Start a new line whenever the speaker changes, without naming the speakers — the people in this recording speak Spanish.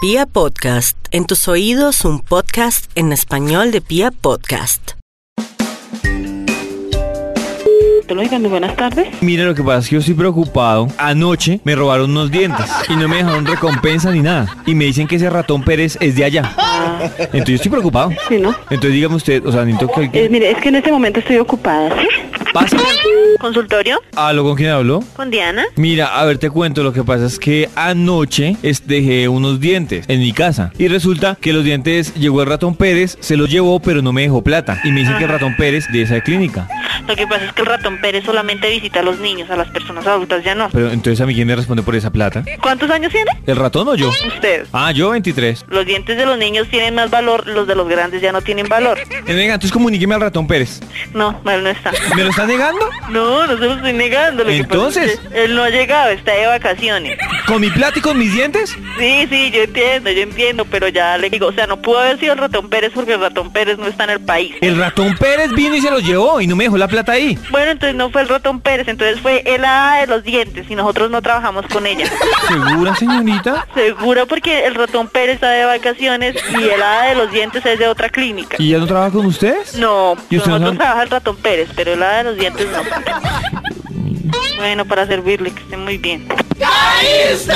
Pia Podcast, en tus oídos un podcast en español de Pia Podcast.
Oiga, muy buenas tardes.
Mira lo que pasa, es que yo estoy preocupado. Anoche me robaron unos dientes y no me dejaron recompensa ni nada. Y me dicen que ese ratón Pérez es de allá. Entonces yo estoy preocupado.
Sí, ¿no?
Entonces dígame usted, o sea, necesito que
Eh,
alguien
mire, es que en este momento estoy ocupada, ¿sí?
pase.
¿Consultorio?
¿Aló con quién habló?
¿Con Diana?
Mira, a ver, te cuento, lo que pasa es que anoche es- dejé unos dientes en mi casa y resulta que los dientes llegó el ratón Pérez, se los llevó pero no me dejó plata y me dicen que el ratón Pérez de esa clínica.
Lo que pasa es que el ratón Pérez solamente visita a los niños, a las personas adultas ya no.
Pero entonces a mí quién me responde por esa plata?
¿Cuántos años tiene?
¿El ratón o yo?
Usted.
Ah, yo 23.
Los dientes de los niños tienen más valor, los de los grandes ya no tienen valor.
Eh, Venga, entonces comuníqueme al ratón Pérez.
No, él no está.
¿Me lo está negando?
No, no se lo estoy negando. Lo que pasa es
Entonces.
que él no ha llegado, está de vacaciones.
¿Con mi plata y con mis dientes?
Sí, sí, yo entiendo, yo entiendo, pero ya le digo, o sea, no pudo haber sido el ratón Pérez porque el ratón Pérez no está en el país.
El ratón Pérez vino y se los llevó y no me dejó la plata ahí.
Bueno, entonces no fue el ratón Pérez, entonces fue el hada de los dientes y nosotros no trabajamos con ella.
¿Segura, señorita?
Seguro porque el ratón Pérez está de vacaciones y el hada de los dientes es de otra clínica.
¿Y ya no trabaja con ustedes?
No,
¿Y ustedes
nosotros
no?
trabaja el ratón Pérez, pero el hada de los dientes no. Bueno, para servirle, que esté muy bien.
¡Caíste!